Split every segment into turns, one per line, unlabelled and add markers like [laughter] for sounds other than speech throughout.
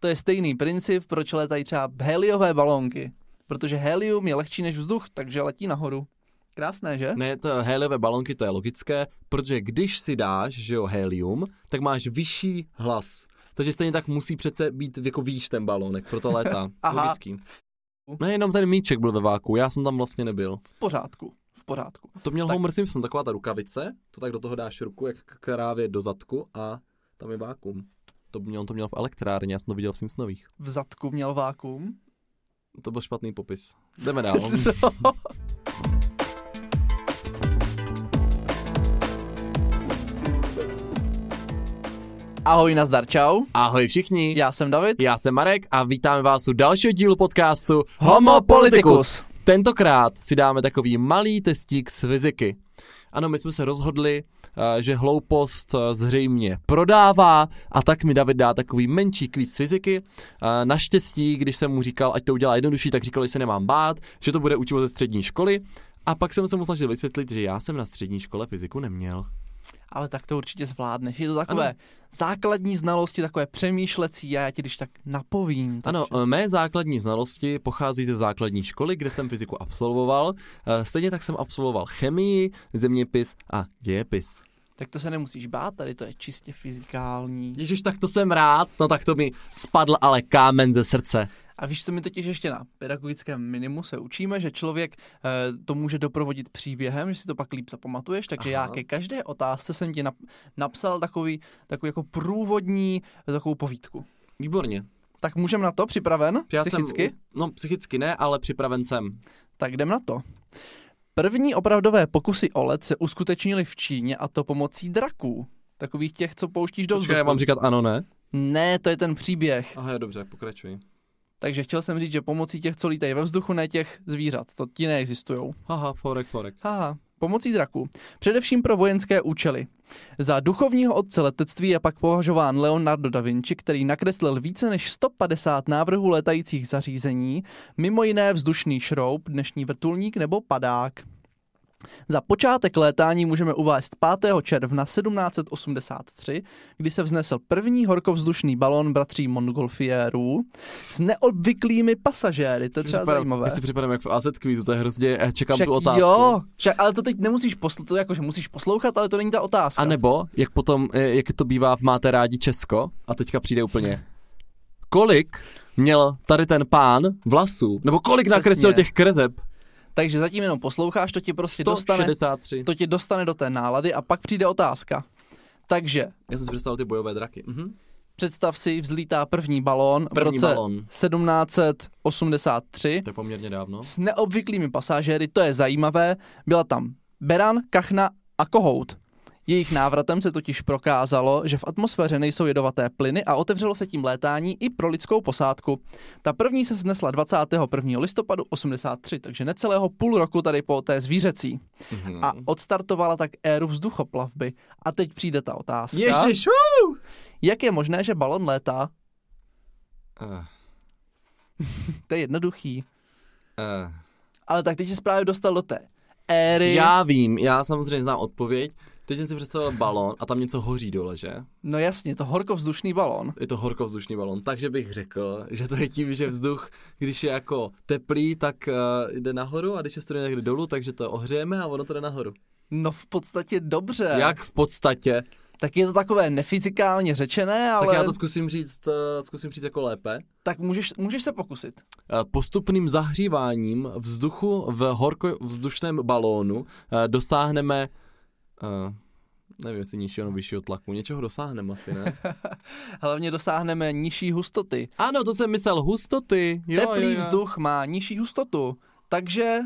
To je stejný princip, proč letají třeba heliové balónky. Protože helium je lehčí než vzduch, takže letí nahoru. Krásné, že?
Ne, to heliové balonky, to je logické, protože když si dáš, že jo, helium, tak máš vyšší hlas. Takže stejně tak musí přece být jako výš ten balónek, proto
[laughs]
létá.
Aha.
Logický. Ne, jenom ten míček byl ve váku, já jsem tam vlastně nebyl.
V pořádku, v pořádku.
To měl
Tak.
tak. Homer Simpson, taková ta rukavice, to tak do toho dáš ruku, jak k- krávě do zadku a tam je vákum. To mě, on to měl v elektrárně, já jsem to viděl v Simpsonových.
V zadku měl vákum.
To byl špatný popis. Jdeme dál.
[laughs] Co? Ahoj, nazdar, čau.
Ahoj všichni, já.
Já jsem David.
já jsem Marek a vítáme vás u dalšího dílu podcastu
Homo Politicus.
Tentokrát si dáme takový malý testík z fyziky. Ano, my jsme se rozhodli, eh, že hloupost eh, zřejmě prodává a tak mi David dá takový menší kvíz z fyziky. Eh, Naštěstí, když jsem mu říkal, ať to udělá jednodušší, tak říkal, že se nemám bát, že to bude učivo ze střední školy. A pak jsem se mu snažil vysvětlit, že já jsem na střední škole fyziku neměl.
Ale tak to určitě zvládneš. Je to takové ano. základní znalosti, takové přemýšlecí a já ti když tak napovím. Tak...
Ano, eh, mé základní znalosti pochází ze základní školy, kde jsem fyziku absolvoval. Eh, Stejně tak jsem absolvoval chemii, zeměpis a dějepis.
Tak to se nemusíš bát, tady to je čistě fyzikální.
Ježíš, tak to jsem rád, no tak to mi spadl ale kámen ze srdce.
A víš, co my totiž ještě na pedagogickém minimu se učíme, že člověk eh, to může doprovodit příběhem, že si to pak líp zapamatuješ, takže Aha. já
Aha.
ke každé otázce jsem ti nap- napsal takový, takový jako průvodní eh, takovou povídku.
Výborně.
Tak můžeme na to, připraven?
Já
Psychicky?
Jsem, no, psychicky ne, ale připraven jsem.
Tak jdem na to. První opravdové pokusy o led se uskutečnily v Číně a to pomocí draků. Takových těch, co pouštíš do
Počkej,
vzduchu.
já mám říkat ano, ne?
Ne, to je ten příběh.
Aha, jo, dobře, pokračuj.
Takže chtěl jsem říct, že pomocí těch, co lítají ve vzduchu, ne těch zvířat. To ti neexistují.
Haha, forek, forek.
Haha, pomocí draků. Především pro vojenské účely. Za duchovního otce letectví je pak považován Leonardo da Vinci, který nakreslil více než 150 návrhů letajících zařízení, mimo jiné vzdušný šroub, dnešní vrtulník nebo padák. Za počátek létání můžeme uvést 5. června 1783, kdy se vznesl první horkovzdušný balon bratří Montgolfierů s neobvyklými pasažéry. To je
Si
třeba
připadám-
zajímavé.
Já si připadám jako v AZ kvízu, to je hrozně, eh, čekám
Však
tu otázku.
jo, však, ale to teď nemusíš poslouchat, to jako, že musíš poslouchat, ale to není ta otázka.
A nebo, jak potom, eh, jak to bývá v Máte rádi Česko, a teďka přijde úplně,
[laughs]
kolik měl tady ten pán vlasů, nebo kolik nakreslil
Přesně.
těch kreseb?
Takže zatím jenom posloucháš, to ti prostě dostane,
163.
to tě dostane do té nálady a pak přijde otázka. Takže
Já jsem si představil ty bojové draky. Mhm.
představ si, vzlítá první balón v
První
roce
balón.
1783
To je poměrně dávno.
s neobvyklými pasažéry, to je zajímavé. Byla tam Beran, Kachna a Kohout. Jejich návratem se totiž prokázalo, že v atmosféře nejsou jedovaté plyny a otevřelo se tím létání i pro lidskou posádku. Ta první se snesla 21. listopadu 83, takže necelého půl roku tady po té zvířecí.
Mhm.
A odstartovala tak éru vzduchoplavby. A teď přijde ta otázka.
Ježiš,
Jak je možné, že balon létá?
Uh,
To je jednoduchý.
uh.
Ale tak teď se právě dostal do té éry.
Já vím, já samozřejmě znám odpověď. Teď jsem si představil balon a tam něco hoří dole, že?
No jasně, to horkovzdušný balon.
Je to horkovzdušný balon, takže bych řekl, že to je tím, že vzduch, když je jako teplý, tak uh, jde nahoru a když je studený, tak jde dolů, takže to ohřejeme a ono to jde nahoru.
No v podstatě dobře.
Jak v podstatě,
Tak je to takové nefyzikálně řečené, ale
tak já to zkusím říct, eh, zkusím říct jako lépe.
tak můžeš, můžeš se pokusit.
Eh, postupným zahříváním vzduchu v horkovzdušném balónu eh, dosáhneme, eh, nevím jestli nižšího nebo vyššího tlaku, něčeho dosáhneme asi, ne?
Hlavně dosáhneme nižší hustoty.
Ano, to jsem myslel hustoty. Jo,
Teplý
jo, jo.
vzduch má nižší hustotu, takže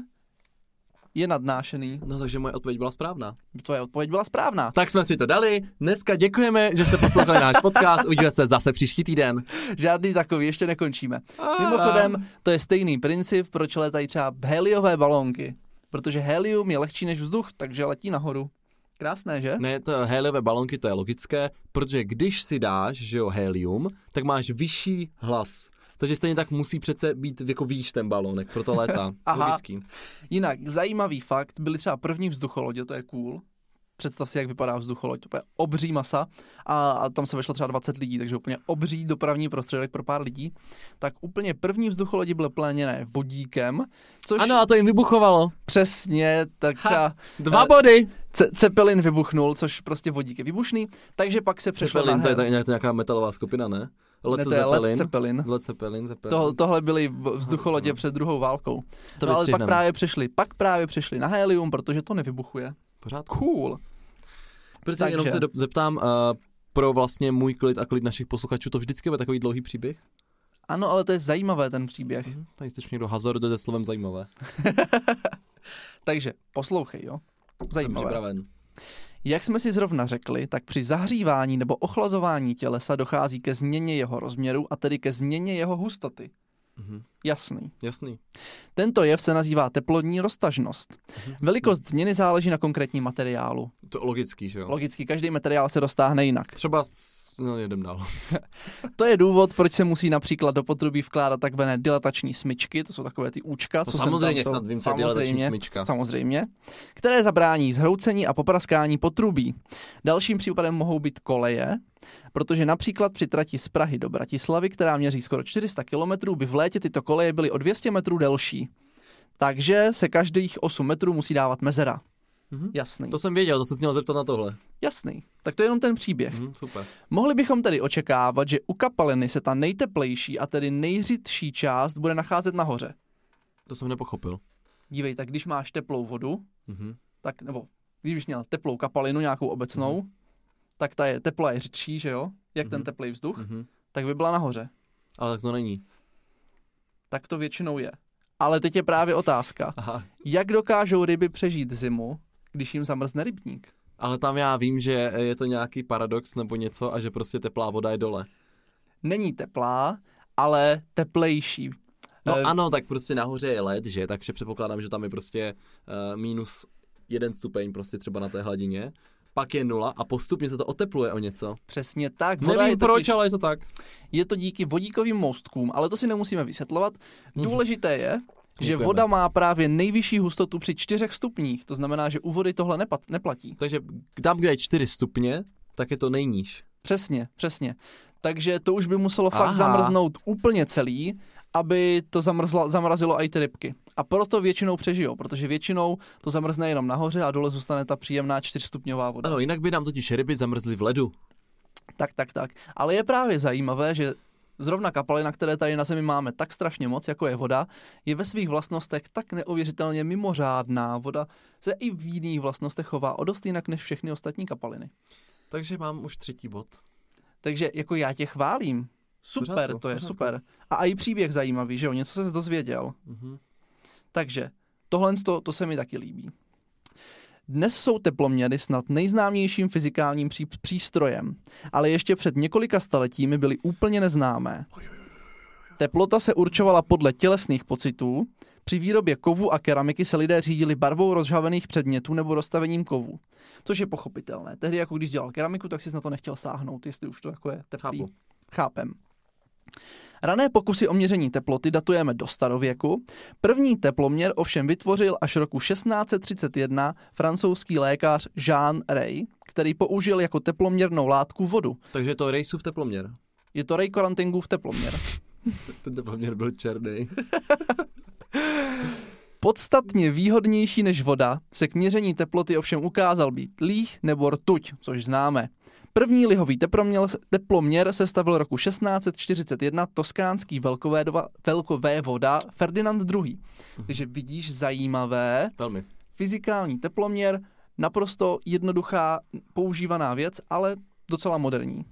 je nadnášený.
No takže moje odpověď byla správná.
Tvoje odpověď byla správná.
Tak jsme si to dali. Dneska děkujeme, že jste poslouchali náš podcast. Uvidíme se zase příští týden.
Žádný takový, ještě nekončíme.
A-
Mimochodem, to je stejný princip, proč letají třeba heliové balónky. Protože helium je lehčí než vzduch, takže letí nahoru. Krásné, že?
Ne, to heliové balonky, to je logické, protože když si dáš, že jo, helium, tak máš vyšší hlas. Takže stejně tak musí přece být jako výš ten balónek, proto [laughs] létá.
Aha.
Logický.
Jinak, zajímavý fakt, byly třeba první vzducholodě, to je cool. Představ si, jak vypadá vzducholoď. To je obří masa a, a tam se vešlo třeba 20 lidí, takže úplně obří dopravní prostředek pro pár lidí. Tak úplně první vzducholodi byly pleněné vodíkem, což
Ano, a to jim vybuchovalo.
přesně tak
Ha.
třeba
Dva
Eh,
body.
ce- Cepelin vybuchnul, což prostě vodík je výbušný, takže pak se přešlo
Zeppelin,
na
to je
hel.
tak nějak- to je nějaká metalová skupina, ne?
Ne,
Led
to je Led
Zeppelin.
Zeppelin.
Led Zeppelin, Zeppelin.
To, tohle byly v- vzducholodě před druhou válkou.
to
no, ale pak
vystřihneme.
právě přešli, pak právě přešli na helium, protože to nevybuchuje.
Pořádku.
Cool.
Protože
Takže-
jenom se do, zeptám, uh, pro vlastně můj klid a klid našich posluchačů, to vždycky bude takový dlouhý příběh.
Ano, ale to je zajímavé ten příběh.
Mhm. Tady teď někdo hazarduje se slovem zajímavé.
Takže poslouchej, jo.
Jsem
Zajímavé.
připraven.
Jak jsme si zrovna řekli, tak při zahřívání nebo ochlazování tělesa dochází ke změně jeho rozměru a tedy ke změně jeho hustoty.
Mhm.
Jasný.
Jasný.
Tento jev se nazývá teplodní roztažnost.
Mhm.
Velikost změny záleží na konkrétním materiálu.
To je logický, že jo?
Logicky, každý materiál se roztáhne jinak.
Třeba s... No, jedem dál.
To je důvod, proč se musí například do potrubí vkládat takzvané dilatační smyčky, to jsou takové ty účka,
To
co
samozřejmě,
sem tam
snad
jsou.
vím, co je dilatační smyčka.
Samozřejmě, které zabrání zhroucení a popraskání potrubí. Dalším případem mohou být koleje, protože například při trati z Prahy do Bratislavy, která měří skoro 400 km, by v létě tyto koleje byly o 200 metrů delší. Takže se každých 8 metrů musí dávat mezera.
Mhm.
Jasný.
To jsem věděl, to jsem se měl zeptat na tohle.
Jasný. Tak to je jenom ten příběh.
Mhm, super.
Mohli bychom tedy očekávat, že u kapaliny se ta nejteplejší a tedy nejřidší část bude nacházet nahoře.
To jsem nepochopil.
Dívej, tak když máš teplou vodu,
Mhm.
tak nebo kdybych měl teplou kapalinu nějakou obecnou, tak ta je teplá je řidší, že jo? Jak ten
Mhm.
teplý vzduch,
Mhm.
tak by byla nahoře.
Ale tak to není.
Tak to většinou je. Ale teď je právě otázka,
Aha.
jak dokážou ryby přežít zimu, když jim zamrzne rybník?
Ale tam já vím, že je to nějaký paradox nebo něco a že prostě teplá voda je dole.
Není teplá, ale teplejší.
No
Eh,
ano, tak prostě nahoře je led, že? Takže předpokládám, že tam je prostě uh, minus jeden stupeň prostě třeba na té hladině. Pak je nula a postupně se to otepluje o něco.
Přesně tak.
Voda
voda je
Nevím eh, proč,
totiž-
ale je to tak.
Je to díky vodíkovým mostkům, ale to si nemusíme vysvětlovat. Důležité je, že
Mhm. Děkujeme.
voda má právě nejvyšší hustotu při 4 stupních, to znamená, že u vody tohle nepat, neplatí.
Takže tam, kde je 4 stupně, tak je to nejníž.
Přesně, přesně. Takže to už by muselo fakt
Aha.
zamrznout úplně celý, aby to zamrzla, zamrazilo i ty rybky. A proto většinou přežijou, protože většinou to zamrzne jenom nahoře a dole zůstane ta příjemná čtyřstupňová voda.
Ano, jinak by nám totiž ryby zamrzly v ledu.
Tak, tak, tak. Ale je právě zajímavé, že zrovna kapalina, které tady na Zemi máme tak strašně moc, jako je voda, je ve svých vlastnostech tak neuvěřitelně mimořádná. Voda se i v jiných vlastnostech chová o dost jinak než všechny ostatní kapaliny.
Takže mám už třetí bod.
Takže jako já tě chválím. Super,
Pořádku,
to je
pořádku.
super. A i příběh zajímavý, že jo, něco se dozvěděl.
Mhm.
Takže tohle to, to se mi taky líbí. Dnes jsou teploměry snad nejznámějším fyzikálním pří, přístrojem, ale ještě před několika staletími byly úplně neznámé. Teplota se určovala podle tělesných pocitů, při výrobě kovu a keramiky se lidé řídili barvou rozžhavených předmětů nebo rozstavením kovů, což je pochopitelné. Tehdy, jako když dělal keramiku, tak si na to nechtěl sáhnout, jestli už to jako je teplý.
Chápu.
Chápem. Rané pokusy o měření teploty datujeme do starověku. První teploměr ovšem vytvořil až roku 1631 francouzský lékař Jean Rey, který použil jako teploměrnou látku vodu.
Takže je to rejsův teploměr.
Je to Rey Corantingův teploměr.
Ten teploměr byl černý.
Podstatně výhodnější než voda se k měření teploty ovšem ukázal být líh nebo rtuť, což známe. První lihový teploměr, teploměr se stavil roku 1641 toskánský velkovédova- velkovévoda Ferdinand II. Takže vidíš zajímavé,
Velmi.
fyzikální teploměr, naprosto jednoduchá používaná věc, ale docela moderní.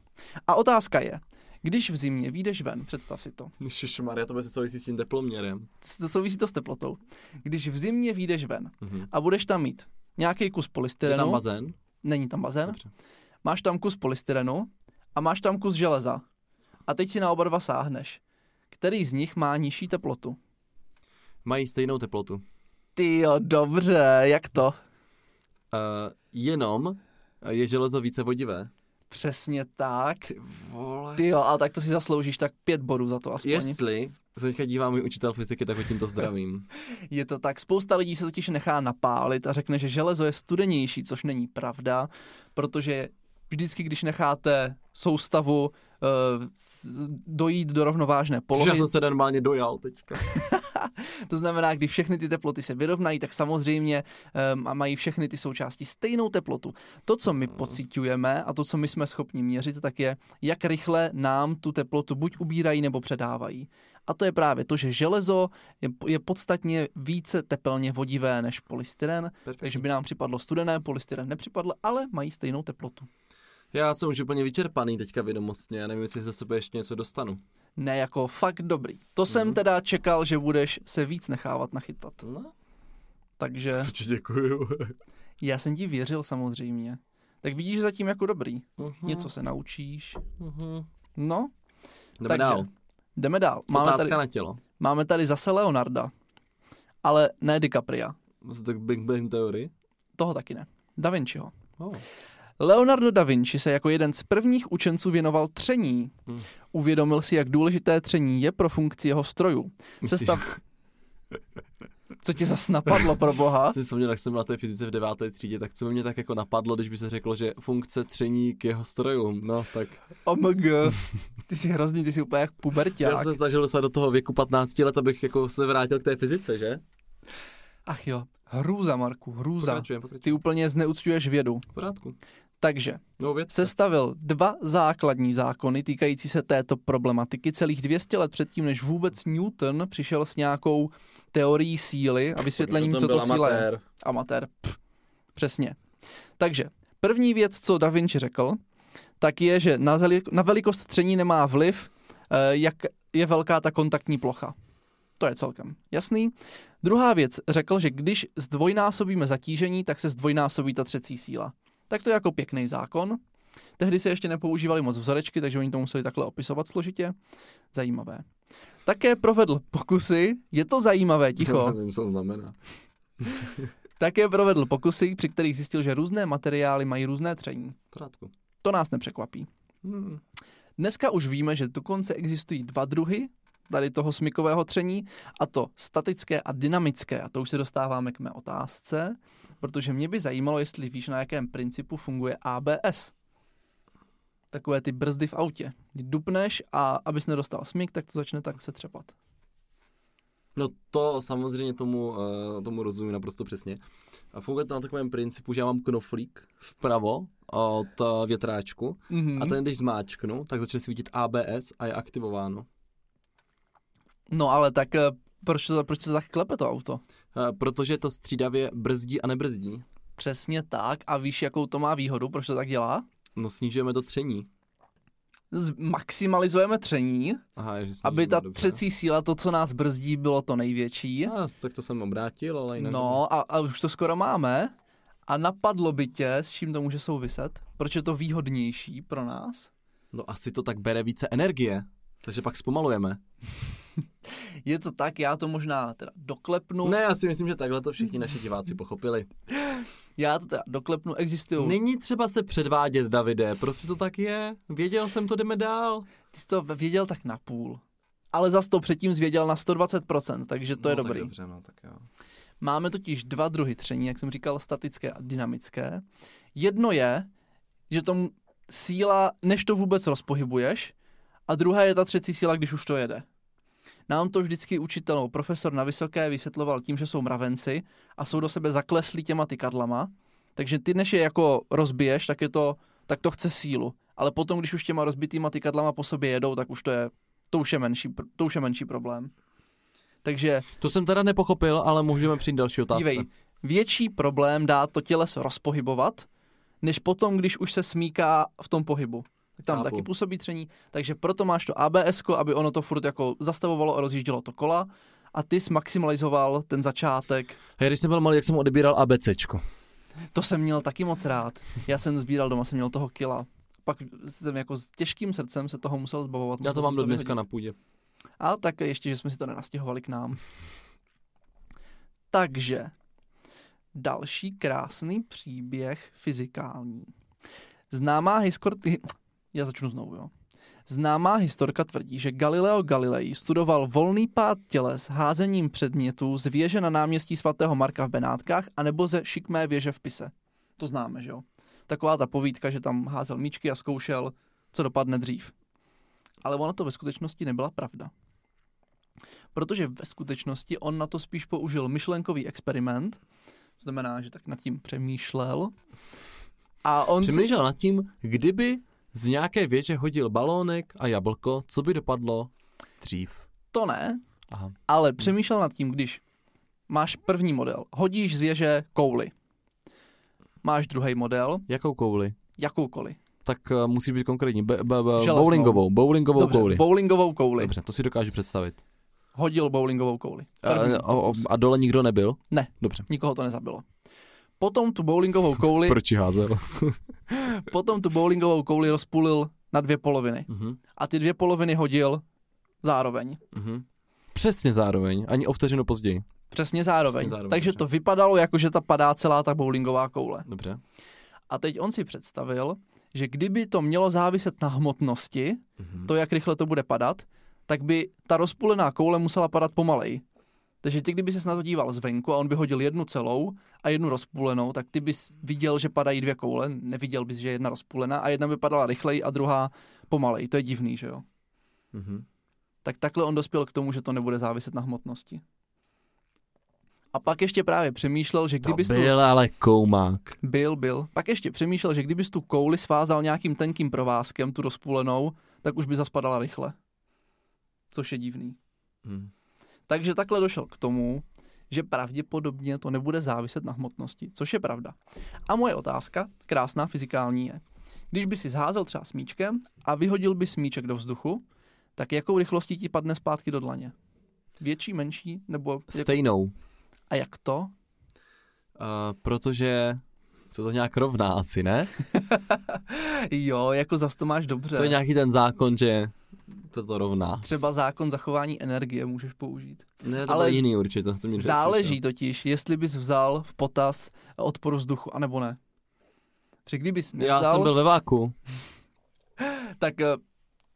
A otázka je, když v zimě vyjdeš ven, představ si to,
Ježišmarja, to se souvisí s tím teploměrem.
to souvisí to s teplotou, když v zimě vyjdeš ven
Mhm.
a budeš tam mít nějaký kus
Je
polystyrenu,
tam bazén?
není tam bazén,
Dobře.
máš tam kus polystyrenu a máš tam kus železa. A teď si na oba dva sáhneš. Který z nich má nižší teplotu?
Mají stejnou teplotu.
Ty jo, dobře, jak to?
Eh, Uh, jenom je železo eh, více vodivé.
Přesně tak.
Ty vole.
Ty jo, ale tak to si zasloužíš tak pět bodů za to aspoň.
Jestli se teďka dívá můj učitel fyziky, tak ho
[laughs]
tímto zdravím.
Je to tak. Spousta lidí se totiž nechá napálit a řekne, že železo je studenější, což není pravda, protože vždycky, když necháte soustavu eh, s- dojít do rovnovážné
Že
polohy,
jsem se normálně dojal teďka.
to znamená, když všechny ty teploty se vyrovnají, tak samozřejmě um, a mají všechny ty součásti stejnou teplotu. To, co my pociťujeme a to, co my jsme schopni měřit, tak je, jak rychle nám tu teplotu buď ubírají nebo předávají. A to je právě to, že železo je, je podstatně více tepelně vodivé než polystyren, takže by nám připadlo studené, polystyren nepřipadl, ale mají stejnou teplotu.
Já jsem už úplně vyčerpaný teďka vědomostně, já nevím, jestli ze sebe ještě něco dostanu.
Ne jako fakt dobrý. To jsem
Mhm.
teda čekal, že budeš se víc nechávat nachytat.
No,
Takže
to ti děkuju.
já jsem ti věřil samozřejmě. Tak vidíš že zatím jako dobrý.
No.
Něco se naučíš. No,
Jdeme
takže
dál.
jdeme dál. Máme
Otázka
tady,
na tělo.
máme tady zase Leonarda, ale ne DiCapria.
To tak Big Bang Theory?
Toho taky ne. Da Vinciho.
Oh.
Leonardo da Vinci se jako jeden z prvních učenců věnoval tření.
Hmm.
Uvědomil si, jak důležité tření je pro funkci jeho strojů. Sestav... Co ti zas napadlo pro
[laughs]
boha?
Jsem vzpomněl, jak jsem byl na té fyzice v deváté třídě, tak co by mě tak jako napadlo, když by se řeklo, že funkce tření k jeho strojům, no tak
OMG. Ty jsi hrozný, ty jsi úplně jak
já
puberták.
jsem se snažil dostat do toho věku 15 let, abych jako se vrátil k té fyzice, že?
Ach jo, hrůza, Marku, hrůza.
Pokračujeme, pokračujeme.
Ty úplně zneuctuješ vědu.
V pořádku.
Takže,
No věc.
sestavil dva základní zákony týkající se této problematiky celých 200 let předtím, než vůbec Newton přišel s nějakou teorií síly a vysvětlením, co to síla je. Amatér. Pff. Přesně. Takže, první věc, co Da Vinci řekl, tak je, že na, zeli- na velikost tření nemá vliv, eh, jak je velká ta kontaktní plocha. To je celkem jasný. Druhá věc, řekl, že když zdvojnásobíme zatížení, tak se zdvojnásobí ta třecí síla. Tak to je jako pěkný zákon. Tehdy se ještě nepoužívali moc vzorečky, takže oni to museli takhle opisovat složitě. Zajímavé. Také provedl pokusy, je to zajímavé, ticho.
Nevím, [laughs] co to znamená.
Také provedl pokusy, při kterých zjistil, že různé materiály mají různé tření.
V pořádku.
To nás nepřekvapí.
Hmm.
Dneska už víme, že dokonce existují dva druhy tady toho smykového tření, a to statické a dynamické. A to už se dostáváme k mé otázce, protože mě by zajímalo, jestli víš, na jakém principu funguje ABS. Takové ty brzdy v autě. Kdy Dupneš a abys nedostal smyk, tak to začne tak se třepat.
No to samozřejmě tomu, eh, tomu rozumím naprosto přesně. A funguje to na takovém principu, že já mám knoflík vpravo od eh, větráčku
Mm-hmm.
a ten, když zmáčknu, tak začne svítit ABS a je aktivováno.
No ale tak eh, proč, to, proč se tak klepe to auto?
Eh, Protože to střídavě brzdí a nebrzdí.
Přesně tak. A víš, jakou to má výhodu, proč to tak dělá?
No snižujeme to tření.
Z- maximalizujeme tření,
Aha, že snižujeme,
aby ta
dobře. no.
třecí síla, to, co nás brzdí, bylo to největší.
A, No, tak to jsem obrátil, ale jinak...
No a, a už to skoro máme. A napadlo by tě, s čím to může souviset? Proč je to výhodnější pro nás?
no asi to tak bere více energie, takže pak zpomalujeme.
Je to tak, já to možná teda doklepnu.
Ne, já si myslím, že takhle to všichni naši diváci pochopili.
Já to teda doklepnu, existují.
Není třeba se předvádět, Davide, prostě to tak je. Věděl jsem to, jdeme dál.
Ty jsi to věděl tak na půl. Ale zas to předtím zvěděl na 120%, takže to je
no,
dobrý.
Tak dobře, no, tak jo.
Máme totiž dva druhy tření, jak jsem říkal, statické a dynamické. Jedno je, že tomu síla, než to vůbec rozpohybuješ, a druhá je ta třecí síla, když už to jede. Nám to vždycky učitel nebo profesor na vysoké vysvětloval tím, že jsou mravenci a jsou do sebe zakleslí těma tykadlama, takže ty než je jako rozbiješ, tak, je to, tak to chce sílu. Ale potom, když už těma rozbitýma tykadlama po sobě jedou, tak už to je, to už je menší, pr- to už je menší problém. Takže
To jsem teda nepochopil, ale můžeme přijít další otázce.
Dívej, větší problém dá to těleso rozpohybovat, než potom, když už se smíká v tom pohybu. Tak tam
Chápu.
taky působí tření, takže proto máš to ABS, aby ono to furt jako zastavovalo a rozjíždělo to kola a ty maximalizoval ten začátek.
Hej, když jsem byl malý, jak jsem odebíral ABCčko.
To jsem měl taky moc rád. Já jsem sbíral doma, jsem měl toho kila. Pak jsem jako s těžkým srdcem se toho musel zbavovat.
Já to
musel
mám
jsem
do dneska
vyhodit.
na půdě.
A tak ještě, že jsme si to nenastěhovali k nám. Takže další krásný příběh fyzikální. Známá histor- Já začnu znovu, jo. Známá historka tvrdí, že Galileo Galilei studoval volný pád těles házením předmětů z věže na náměstí svatého Marka v Benátkách anebo ze šikmé věže v Pise. To známe, že jo? Taková ta povídka, že tam házel míčky a zkoušel, co dopadne dřív. Ale ona to ve skutečnosti nebyla pravda. Protože ve skutečnosti on na to spíš použil myšlenkový experiment, to znamená, že tak nad tím přemýšlel. A on si-
Přemýšlel nad tím, kdyby z nějaké věže hodil balónek a jablko, co by dopadlo dřív.
to ne,
Aha.
ale přemýšlel nad tím, když máš první model, hodíš z věže kouli. Máš druhý model,
Jakou kouli?
jakoukoliv.
Tak uh, musí být konkrétní. Be, be, be,
Železnou.
bowlingovou, bowlingovou
Dobře,
kouli.
bowlingovou kouli.
Dobře, to si dokážu představit. Eh,
Hodil bowlingovou kouli.
A,
První.
a, a dole nikdo nebyl?
Ne.
Dobře.
Nikoho to nezabilo. Potom tu
[laughs]
bowlingovou kouli,
Proč
[laughs]
ji házel?
potom tu bowlingovou kouli rozpůlil na dvě poloviny.
Mhm,
A ty dvě poloviny hodil zároveň.
mhm. Přesně zároveň, ani o vteřinu později.
Přesně zároveň.
Přesně zároveň,
Takže
dobře.
to vypadalo jako, že ta padá celá ta bowlingová koule.
Dobře.
A teď on si představil, že kdyby to mělo záviset na hmotnosti,
Mhm.
to, jak rychle to bude padat, tak by ta rozpulená koule musela padat pomalej. Takže ty, kdyby se na to díval zvenku a on by hodil jednu celou a jednu rozpulenou, tak ty bys viděl, že padají dvě koule, neviděl bys, že je jedna rozpulená a jedna by padala rychleji a druhá pomalej. To je divný, že jo?
Mhm.
Tak takhle on dospěl k tomu, že to nebude záviset na hmotnosti. A pak ještě právě přemýšlel, že
To
kdyby tu...
byl ale koumák.
Byl, byl. Pak ještě přemýšlel, že kdyby tu kouli svázal nějakým tenkým provázkem, tu rozpůlenou, tak už by zaspadala rychle. Což je divný.
Mhm.
Takže takhle došel k tomu, že pravděpodobně to nebude záviset na hmotnosti, což je pravda. A moje otázka, krásná fyzikální je, když by si zházel třeba smíčkem a vyhodil by smíček do vzduchu, tak jakou rychlostí ti padne zpátky do dlaně? Větší, menší, nebo... Jak...
Stejnou.
A jak to? Eh,
Uh, protože to to nějak rovná asi, ne?
Jo, jako zas to máš dobře.
To je nějaký ten zákon, že to to rovná.
Třeba zákon zachování energie můžeš použít.
ne, to
ale
ale jiný určitě. To jsem nikdy
Záleží totiž, jestli bys vzal v potaz odporu vzduchu, anebo ne. Protože kdybys
neslyšel. Já
nevzal,
jsem byl ve váku.
tak eh,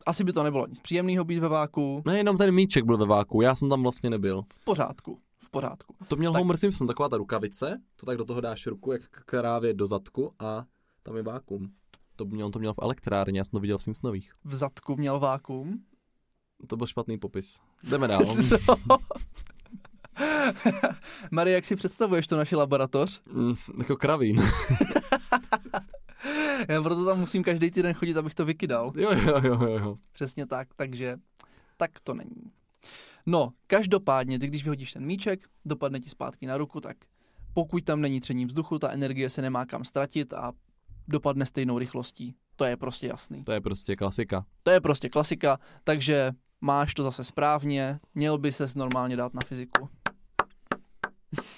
asi by to nebylo nic příjemného být ve váku.
Ne, No jenom ten míček byl ve váku, já jsem tam vlastně nebyl.
V pořádku, v pořádku.
To měl
Tak-
tak. Homer Simpson, taková ta rukavice, to tak do toho dáš ruku, jak k- krávě do zadku a tam je vákum. To měl, on to měl v elektrárně, já jsem to viděl v Simpsonových.
V zadku měl vákum.
To byl špatný popis. Jdeme dál.
[laughs] Co? Marie, jak si představuješ to naši laboratoř?
[laughs] Mm, jako kravín.
Já proto tam musím každý týden chodit, abych to vykydal.
[laughs] jo, jo, jo, jo, jo.
Přesně tak, takže tak to není. No, každopádně, ty když vyhodíš ten míček, dopadne ti zpátky na ruku, tak pokud tam není tření vzduchu, ta energie se nemá kam ztratit a dopadne stejnou rychlostí. To je prostě jasný.
To je prostě klasika.
To je prostě klasika, takže máš to zase správně, měl by ses normálně dát na fyziku.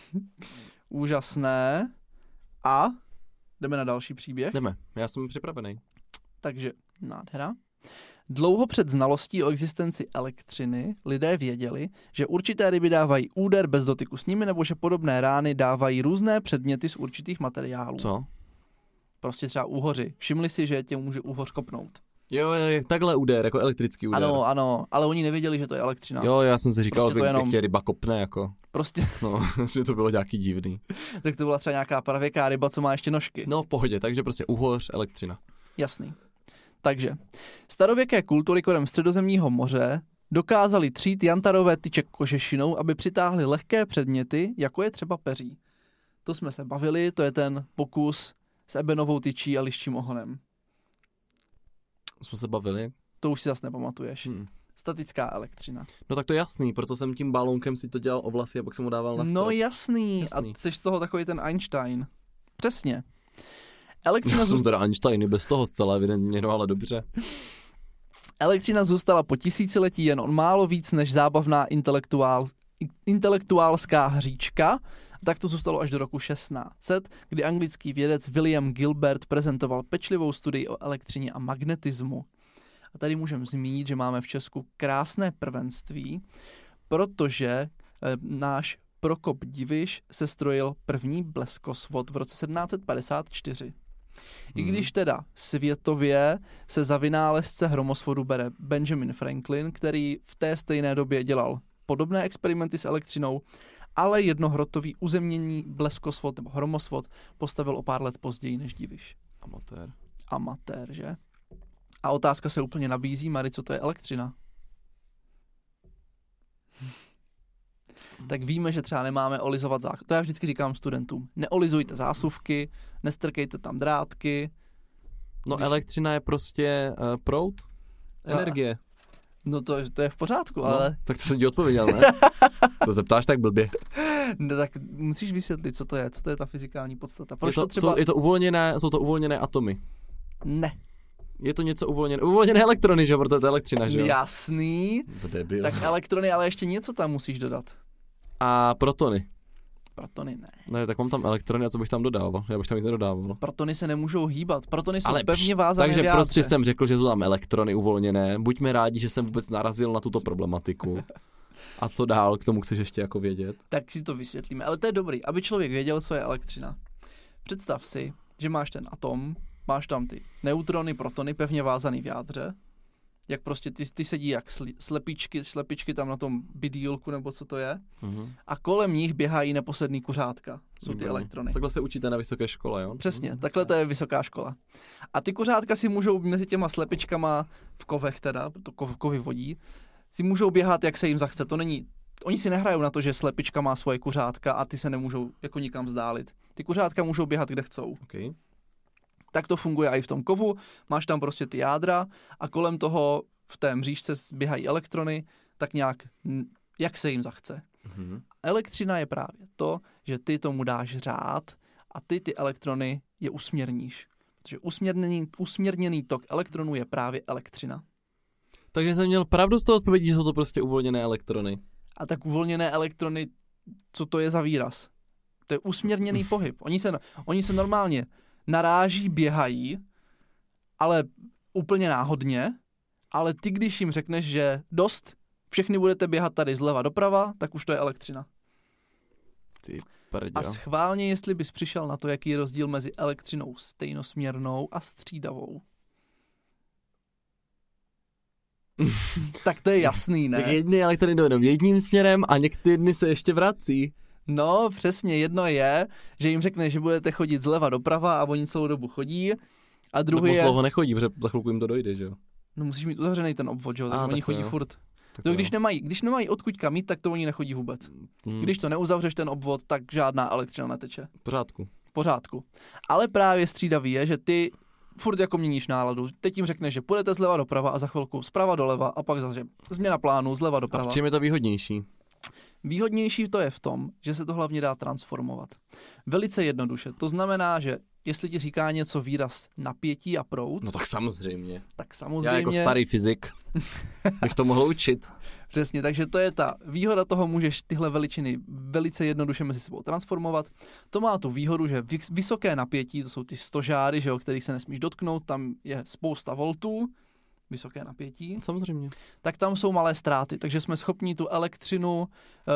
[laughs] Úžasné. A jdeme na další příběh.
Jdeme, já jsem připravený.
Takže nádhera. Dlouho před znalostí o existenci elektřiny lidé věděli, že určité ryby dávají úder bez dotyku s nimi, nebo že podobné rány dávají různé předměty z určitých materiálů.
Co?
Prostě třeba úhoři. Všimli si, že je tě může úhoř kopnout.
Jo, jo, jo, takhle úder, jako elektrický úder.
Ano, ano, ale oni nevěděli, že to je elektřina.
Jo, já jsem si říkal,
Prostě
prostě
to
jak,
jenom-
jak tě ryba kopne, jako.
Prostě, [laughs]
No, [laughs] že to bylo nějaký divný.
tak to byla třeba nějaká pravěká ryba, co má ještě nožky.
No, v pohodě, takže prostě uhoř, elektřina.
Jasný. Takže, starověké kultury kolem středozemního moře dokázali třít jantarové tyče kožešinou, aby přitáhly lehké předměty, jako je třeba peří. To jsme se bavili, to je ten pokus s ebenovou tyčí a liščím ohonem.
Jsme se bavili.
To už si zas nepamatuješ.
Hmm.
Statická elektřina.
No tak to je jasný, proto jsem tím balónkem si to dělal o vlasy a pak jsem ho dával na strop.
No jasný,
Jasný.
a jsi z toho takový ten Einstein. Přesně. Elektřina,
já jsem
zůst...
teda Einsteiny bez toho zcela evidentně, no ale dobře.
elektřina zůstala po tisíciletí jen on málo víc než zábavná intelektuál, intelektuálská hříčka, tak to zůstalo až do roku 1600, kdy anglický vědec William Gilbert prezentoval pečlivou studii o elektřině a magnetismu. A tady můžeme zmínit, že máme v Česku krásné prvenství, protože eh, náš Prokop Diviš sestrojil první bleskosvod v roce 1754. I
Mhm.
když teda světově se za vynálezce hromosvoru bere Benjamin Franklin, který v té stejné době dělal podobné experimenty s elektřinou, ale jednohrotový uzemnění bleskosvod nebo hromosvod postavil o pár let později než diviš.
Amatér.
Amatér, že? A otázka se úplně nabízí, Mary, co to je elektřina?
Hmm.
tak víme, že třeba nemáme olizovat zásuvky. To já vždycky říkám studentům. Neolizujte zásuvky, nestrkejte tam drátky,
No
Když-
elektřina je prostě
eh,
uh, proud,
No,
energie.
No to, to je v pořádku, no. ale
tak to jsem ti
[laughs]
odpověděl, ne? to zeptáš tak blbě.
no, tak musíš vysvětlit, co to je, co to je ta fyzikální podstata. Proč
je
to
to,
třeba...
jsou, je to uvolněné, jsou to uvolněné atomy.
Ne,
Je to něco uvolněné. Uvolněné elektrony, že jo? Protože to je elektrina, že jo?
jasný,
Debil.
tak elektrony, ale ještě něco tam musíš dodat.
A protony.
Protony ne.
Ne, tak mám tam elektrony a co bych tam dodával? Já bych tam nic nedodával. no.
Protony se nemůžou hýbat, protony jsou
Ale
pevně
pš,
vázané
Takže
v jádře.
prostě jsem řekl, že jsou tam elektrony uvolněné. Buďme rádi, že jsem vůbec narazil na
[laughs]
tuto problematiku. A co dál k tomu chceš ještě jako vědět?
Tak si to vysvětlíme, ale to je dobrý, aby člověk věděl, co je elektřina. Představ si, že máš ten atom, máš tam ty neutrony, protony pevně vázaný v jádře, jak prostě ty, ty sedí jak sli, slepičky, slepičky tam na tom bidílku nebo co to je.
Mhm.
a kolem nich běhají neposedný kuřátka. Jsou ty
Výborně.
elektrony.
Takhle se učíte na vysoké škole, jo?
Přesně, takhle to je vysoká škola. A ty kuřátka si můžou mezi těma slepičkama v kovech teda, to kov, kovy vodí, si můžou běhat, jak se jim zachce. To není, oni si nehrajou na to, že slepička má svoje kuřátka a ty se nemůžou jako nikam vzdálit. Ty kuřátka můžou běhat, kde chcou.
Okay.
Tak to funguje i v tom kovu. Máš tam prostě ty jádra a kolem toho v té mřížce běhají elektrony, tak nějak, mm, jak se jim zachce.
Mhm.
Elektřina je právě to, že ty tomu dáš řád a ty ty elektrony je usměrníš. Protože usměrněný, usměrněný tok elektronů je právě elektřina.
Takže jsem měl pravdu s tou odpovědí, že jsou to prostě uvolněné elektrony.
A tak uvolněné elektrony, co to je za výraz? To je usměrněný pohyb. Oni se, oni se normálně naráží, běhají, ale úplně náhodně, ale ty, když jim řekneš, že dost, všechny budete běhat tady zleva doprava, tak už to je elektřina.
Ty prdě.
A schválně, jestli bys přišel na to, jaký je rozdíl mezi elektřinou stejnosměrnou a
[laughs]
střídavou. tak to je jasný,
Tak
ne?
jedny elektrony jdou jenom jedním směrem a některé dny se ještě vrací.
No, přesně, jedno je, že jim řekne, že budete chodit zleva doprava a oni celou dobu chodí. A druhý
Moc
je,
dlouho nechodí, protože za chvilku jim to dojde, že jo?
no musíš mít uzavřený ten obvod, že jo, tak
A,
oni
tak to
chodí
jo.
furt.
Tak
To,
jo.
když nemají, když nemají odkud kam jít, tak to oni nechodí vůbec.
Hmm,
Když to neuzavřeš ten obvod, tak žádná elektřina neteče.
v pořádku.
v pořádku. Ale právě střídavý je, že ty furt jako měníš náladu. Teď jim řekneš, že půjdete zleva doprava a za chvilku zprava doleva a pak zase změna plánu zleva
A
doprava.
v čem je to výhodnější?
Výhodnější to je v tom, že se to hlavně dá transformovat. Velice jednoduše. To znamená, že jestli ti říká něco výraz napětí a proud,
No tak samozřejmě.
tak
Já
samozřejmě...
jako starý fyzik bych to mohl učit.
Přesně, takže to je ta výhoda toho, můžeš tyhle veličiny velice jednoduše mezi sebou transformovat. To má tu výhodu, že vy- vysoké napětí, to jsou ty stožáry, že jo, kterých se nesmíš dotknout, tam je spousta voltů, vysoké napětí,
[laughs] Samozřejmě.
tak tam jsou malé ztráty, takže jsme schopni tu elektřinu e,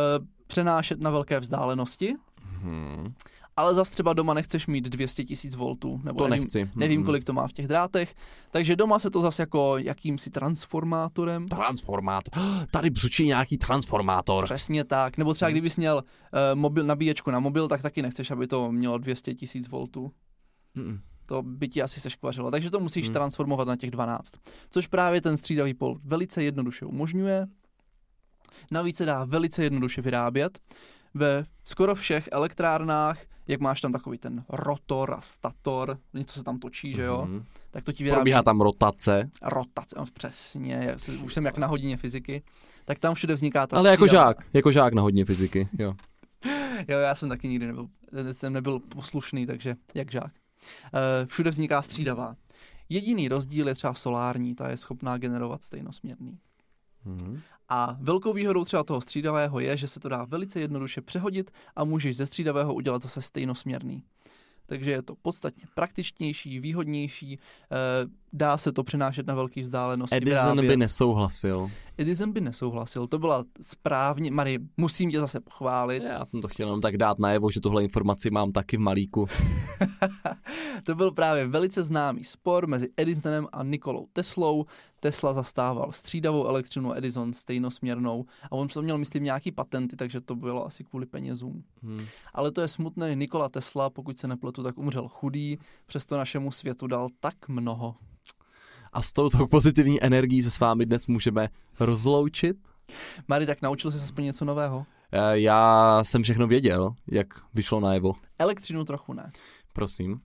přenášet na velké vzdálenosti,
Hmm.
ale zas třeba doma nechceš mít 200 000 voltů, nebo
To
nevím,
nechci.
nevím,
Mhm.
kolik to má v těch drátech, takže doma se to zase jako jakýmsi transformátorem
Transformátor. [gasps] Tady břučí nějaký transformátor.
Přesně tak. Nebo
Mhm.
třeba kdybys měl uh, mobil, nabíječku na mobil, tak taky nechceš, aby to mělo 200 tisíc voltů.
Mm.
To by ti asi seškvařilo. Takže to musíš
Hmm.
transformovat na těch 12. Což právě ten střídavý pol velice jednoduše umožňuje. Navíc se dá velice jednoduše vyrábět. Ve skoro všech elektrárnách, jak máš tam takový ten rotor a stator, něco se tam točí, že jo,
Mhm.
tak to ti vyrábí
Probíhá tam rotace.
rotace, no, přesně, já si- už jsem jak na hodině fyziky, tak tam všude vzniká ta
Ale jako
střídavá-
žák. Jako žák na hodně fyziky. Jo.
Jo, já jsem taky nikdy nebyl, jsem nebyl poslušný, takže jak žák. Eh, Všude vzniká střídavá. Jediný rozdíl je třeba solární, ta je schopná generovat stejnosměrný.
Mhm.
A velkou výhodou třeba toho střídavého je, že se to dá velice jednoduše přehodit a můžeš ze střídavého udělat zase stejnosměrný. Takže je to podstatně praktičtější, výhodnější, eh, dá se to přenášet na velký vzdálenosti.
Edison
vyrábět.
by nesouhlasil.
Edison by nesouhlasil, to byla správně, Marie, musím tě zase pochválit,
Já jsem to chtěl jenom tak dát najevo, že tuhle informaci mám taky v malíku.
To byl právě velice známý spor mezi Edisonem a Nikolou Teslou. Tesla zastával střídavou elektřinu, Edison stejnosměrnou a on to měl, myslím, nějaký patenty, takže to bylo asi kvůli penězům.
Hmm.
Ale to je smutné, že Nikola Tesla, pokud se nepletu, tak umřel chudý, přesto našemu světu dal tak mnoho.
A s touto pozitivní energií se s vámi dnes můžeme rozloučit.
Mary, tak naučil jsi se aspoň něco nového?
Eh, Já jsem všechno věděl, jak vyšlo najevo.
Elektřinu trochu ne.
Prosím.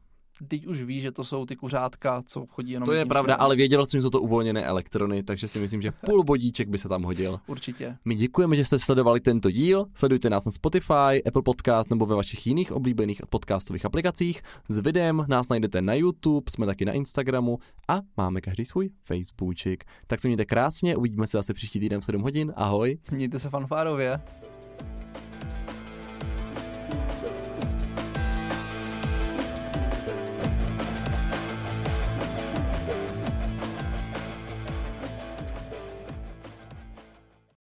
Teď už víš, že to jsou ty kuřátka, co chodí jenom
To je
jedním
pravda,
směrem.
ale věděl jsem, že jsou to uvolněné elektrony, takže si myslím, že půl bodíček by se tam hodil.
Určitě.
My děkujeme, že jste sledovali tento díl. Sledujte nás na Spotify, Apple Podcast nebo ve vašich jiných oblíbených podcastových aplikacích. S videem nás najdete na YouTube, jsme taky na Instagramu a máme každý svůj Faceboočik. Tak se mějte krásně, uvidíme se zase příští týden v 7 hodin. Ahoj.
Mějte se fanfárově.